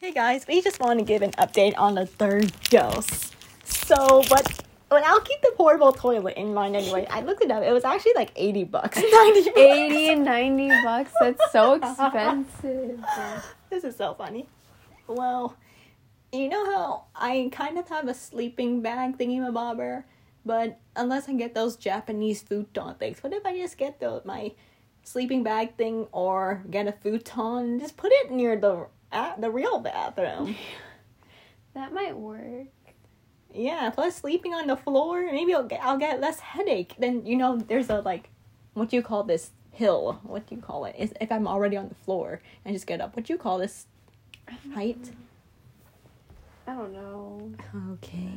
Hey guys, we just want to give an update on the third dose. So, but when I'll keep the portable toilet in mind anyway, I looked it up. It was actually like 80 bucks, 90 bucks. 80 and 90 bucks. That's so expensive. This is so funny. Well, you know how I kind of have a sleeping bag thingy bobber, but unless I get those Japanese futon things, what if I just get the my sleeping bag thing or get a futon and just put it near the at the real bathroom? That might work. Yeah, plus sleeping on the floor, maybe I'll get, I'll get less headache. Then you know, there's a like, what do you call this hill? What do you call it? Is if I'm already on the floor and just get up. What do you call this height? I don't know. Okay.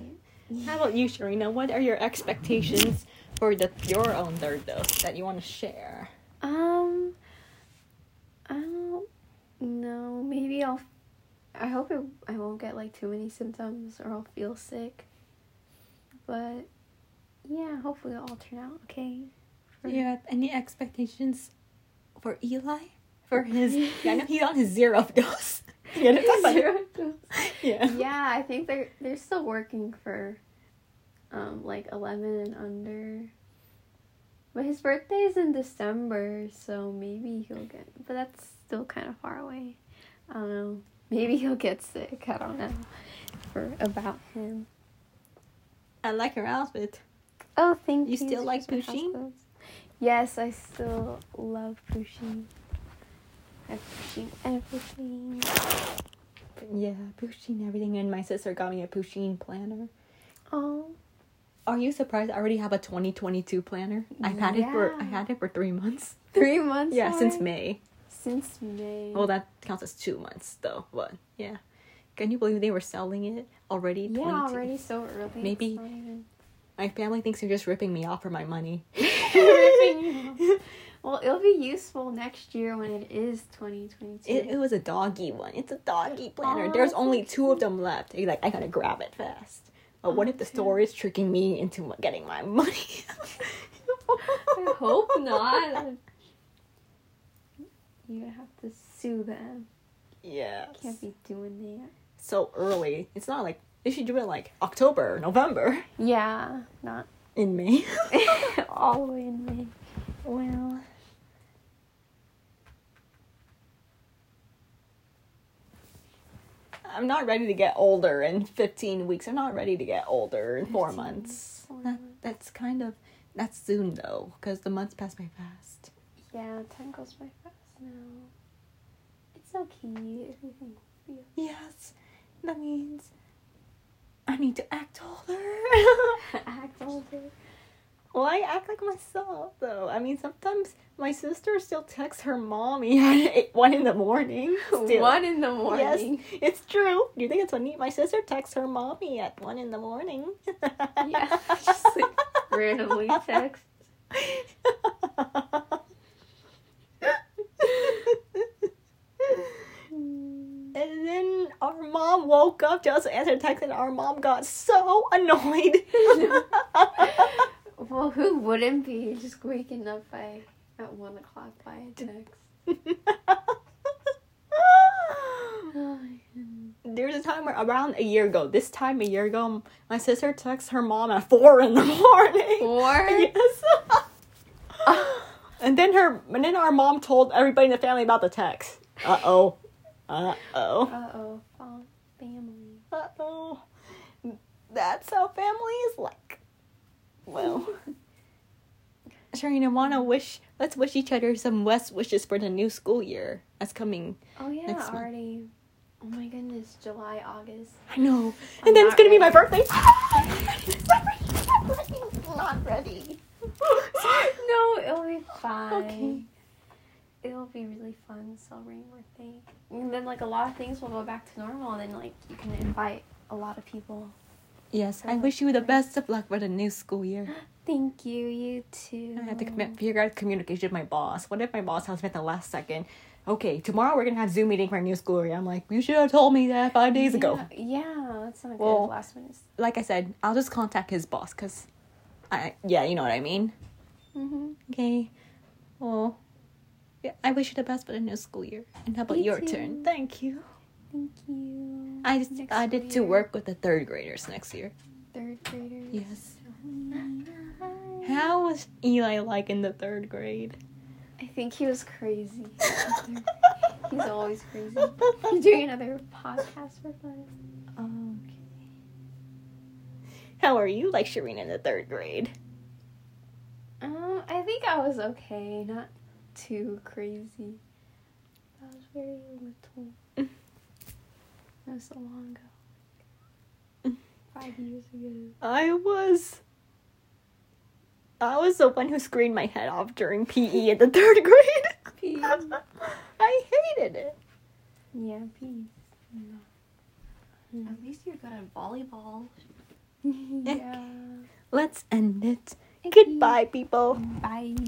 How about you, Sharina? What are your expectations for the your own third dose that you want to share? Um, I don't know. Maybe I'll. I hope it, I won't get like too many symptoms or I'll feel sick. But yeah, hopefully it'll all turn out okay. Do you have any expectations for Eli? For his, yeah, I know he's on his zero dose. yeah, that's like- yeah. yeah, I think they're they're still working for um like eleven and under. But his birthday's in December, so maybe he'll get but that's still kinda far away. I don't know. Maybe he'll get sick, I don't know. For about him. I like your outfit. Oh thank you. You still like for my Pusheen? hospitals. Yes, I still love Pusheen. I have Pusheen everything. Yeah, Pusheen everything, and my sister got me a Pusheen planner. Oh Are you surprised? I already have a 2022 planner. I've had it for I Yeah. had it for three months. three months. Yeah, since already? May. Since May. Well, that counts as two months though. But yeah, can you believe they were selling it already? Yeah, 22? already so early. Maybe- It's not even- My family thinks they're just ripping me off for my money. well, it'll be useful next year when it is 2022. It, it was a doggy one. It's a doggy planner. Aw, There's so only two of them left. He's like, I gotta grab it fast. But what if the Okay. store is tricking me into m- getting my money? I hope not. you have to sue them. Yeah. Can't be doing So early. It's not like they should do it like October, November, that. Yeah, not in May. all the way in May. Well, I'm not ready to get older in 15 weeks. I'm not ready to get older in four 15, months. four That, months. that's kind of that's soon though, because the months pass by fast. yeah, time goes by fast now. It's okay. Everything will be Yes, that means I need to act older. okay. Act older. well, I act like myself though. I mean, sometimes my sister still texts her mommy at eight- one in the morning. Still. One in the Yes, morning. it's true. Do you think it's funny? My sister texts her mommy at one in the morning. Yeah, just like randomly text. and then our mom woke up just to answer text, and our mom got so annoyed. Well, who wouldn't be just waking up by at one o'clock by a text? There's a time where around a year ago, this time a year ago, my sister texts her mom at four in the morning. Four? Yes. and then her, and then our mom told everybody in the family about the text. Uh oh. Uh oh. Uh oh, family. Uh oh. That's how family is like. Well. Sharina, wanna wish? Let's wish each other some best wishes for the new school year that's coming. Oh yeah, Next month. already. Oh my goodness, July, August. I know. I'm and then it's not gonna be my ready. birthday. Not ready. Sorry. No, it'll be fine. Okay. It'll be really fun celebrating birthday. And then like a lot of things will go back to normal and then like you can invite a lot of people. Yes, I wish you the best of luck for the new school year. Thank you, you too. I have to commu- figure out communication with my boss. What if my boss tells me at the last second, okay, tomorrow we're gonna have Zoom meeting for our new school year? I'm like, you should have told me that five days ago. Yeah, yeah, that's not Well- good. Last minute. Like I said, I'll just contact his boss because, I yeah, you know what I mean. Mm-hmm. Okay, well, yeah, I wish you the best for the new school year. And how about You your too. turn? Thank you. Thank you. I just Next I did to year. work with the third graders next year. Third graders. Yes. Hi. How was Eli like in the third grade? I think he was crazy. He's always crazy. He's doing another podcast with us. Okay. How are you like Shireen in the third grade? Um, I think I was okay, not too crazy. I was very little. that was so long ago. Five years ago. I was. I was the one who screened my head off during PE in the third E. grade. PE. I hated it. Yeah, peace. At least you're good at volleyball. yeah. Let's end it. Thank you. Goodbye, people. Bye.